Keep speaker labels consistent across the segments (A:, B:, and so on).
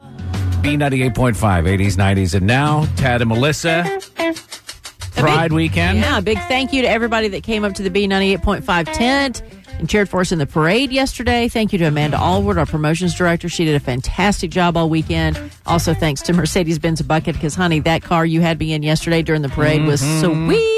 A: B98.5, 80s, 90s, and now, Tad and Melissa. Pride weekend.
B: Yeah, a big thank you to everybody that came up to the B98.5 tent and cheered for us in the parade yesterday. Thank you to Amanda Allward, our promotions director. She did a fantastic job all weekend. Also, thanks to Mercedes Benz Bucket, because, honey, that car you had me in yesterday during the parade was
A: Mm-hmm.
B: sweet.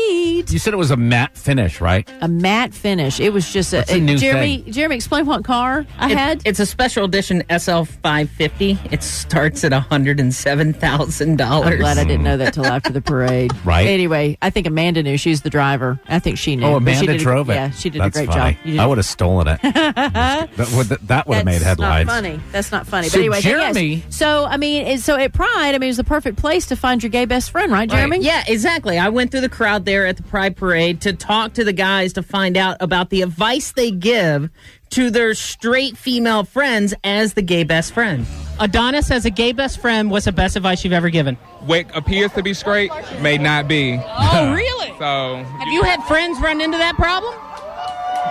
A: You said it was a matte finish, right? Oh,
B: A matte finish. It was just a,
A: That's a new
B: Jeremy. Jeremy, explain what car I
C: It-
B: had.
C: It's a special edition SL 550. It starts at
B: I'm glad I
C: $107,000.
B: didn't know that till after the parade.
A: Right.
B: Anyway, I think Amanda knew. She's the driver. I think she knew.
A: Oh,
B: But she
A: Amanda
B: did a-
A: drove it.
B: Yeah, she did
A: That's
B: a great
A: funny.
B: job. You did
A: I would have stolen it. that would that would have made headlines.
B: Not funny. That's not funny.
A: So
B: but anyway, but yes.
A: Jeremy-
B: So I mean, it- so at Pride, I mean, it was the perfect place to find your gay best friend, right, Jeremy?
C: Yeah, exactly. I went through the crowd there at the Pride Parade to talk to the guys to find out about the advice they give to their straight female friends as the gay best friend.
D: Adonis as a gay best friend, what's the best advice you've ever given?
E: what appears to be straight may not be.
D: Oh, really?
E: So
D: Have you had friends run into that problem?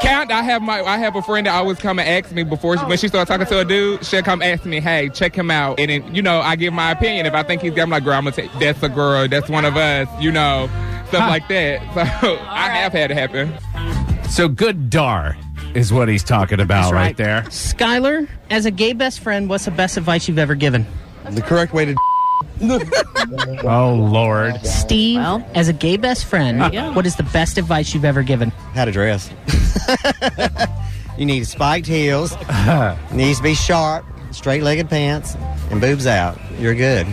E: count. I have my I have a friend that always come and ask me before she, when she started talking to a dude. She'll come ask me, "Hey, check him out." And then, you know, I give my opinion. If I think he's, I'm like, "Girl, I'm gonna take, that's a girl. That's one of us." You know, stuff like that. So I have had it happen.
A: So good dar is what he's talking about right.
C: right.
A: there.
D: Skylar,
C: As a gay best friend, what's the best advice you've ever given?
F: The correct way to
A: Oh Lord.
C: Steve,
B: Well-
C: as a gay best friend,
B: go.
C: what is the best advice you've ever given?
F: how to dress. you need spiked heels. needs to be sharp, straight-legged pants, and boobs out. You're good.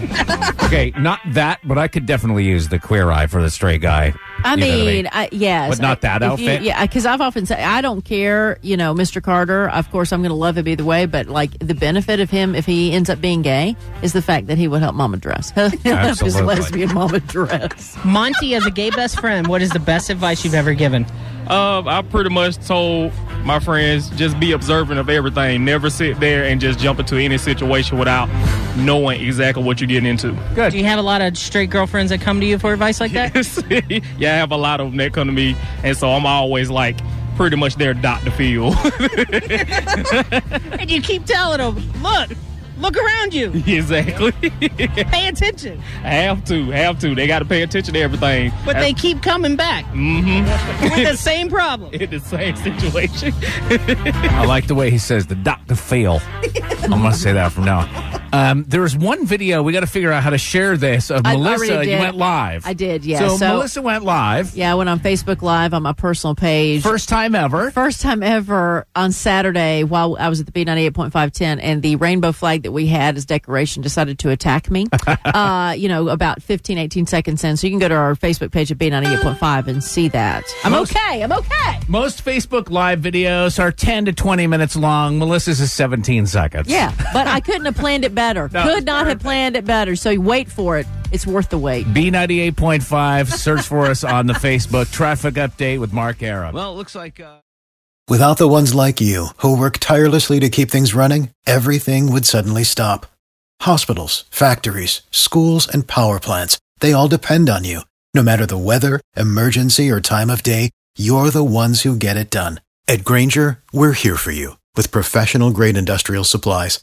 A: Okay, not that, but I could definitely use the queer eye for the straight guy.
B: I
A: You know what
B: mean, I, yes,
A: But not that
B: I- if you-
A: outfit?
B: yeah, because I've often said I don't care. You know, Mr. Carter. Of course, I'm going to love him either way. But like the benefit of him, if he ends up being gay, is the fact that he would help Mama dress. He'll help his
A: Absolutely.
B: lesbian Mama dress.
C: Monty, as a gay best friend, what is the best advice you've ever given?
G: Um, I pretty much told my friends just be observant of everything. Never sit there and just jump into any situation without knowing exactly what you're getting into.
C: Do you have a lot of straight girlfriends that come to you for advice like that?
G: yeah, I have a lot of them that come to me, and so I'm always like pretty much their Dr. Phil.
C: and you keep telling them, look, look around you,
G: exactly.
C: pay attention.
G: have to, have to. They got to pay attention to everything.
C: But they keep coming back with the same problem.
G: in the same situation.
A: I like the way he says the Dr. Phil. I'm going to say that from now on. Um, there's one video we got to figure out how to share this of
B: I already
A: Melissa. You
B: did.
A: went live.
B: I did, yeah.
A: So,
B: So-
A: Melissa went live.
B: Yeah, I went on Facebook Live on my personal page.
A: First time ever.
B: first time ever on Saturday while I was at the B98.510 and the rainbow flag that we had as decoration decided to attack me, uh, you know, about 15, 18 seconds in. So you can go to our Facebook page at B98.5 and see that. I'm
A: Most-
B: okay. I'm okay.
A: Most Facebook Live videos are 10 to 20 minutes long. Melissa's is 17 seconds.
B: Yeah, but I couldn't have planned it better.
A: No, it's
B: Could not have planned it better. So you wait for it. It's worth the wait.
A: B98.5, search for us on the Facebook traffic update with Mark Arab.
H: Well, it looks like. Uh...
I: Without the ones like you, who work tirelessly to keep things running, everything would suddenly stop. Hospitals, factories, schools, and power plants, they all depend on you. No matter the weather, emergency, or time of day, you're the ones who get it done. At Granger, we're here for you with professional grade industrial supplies.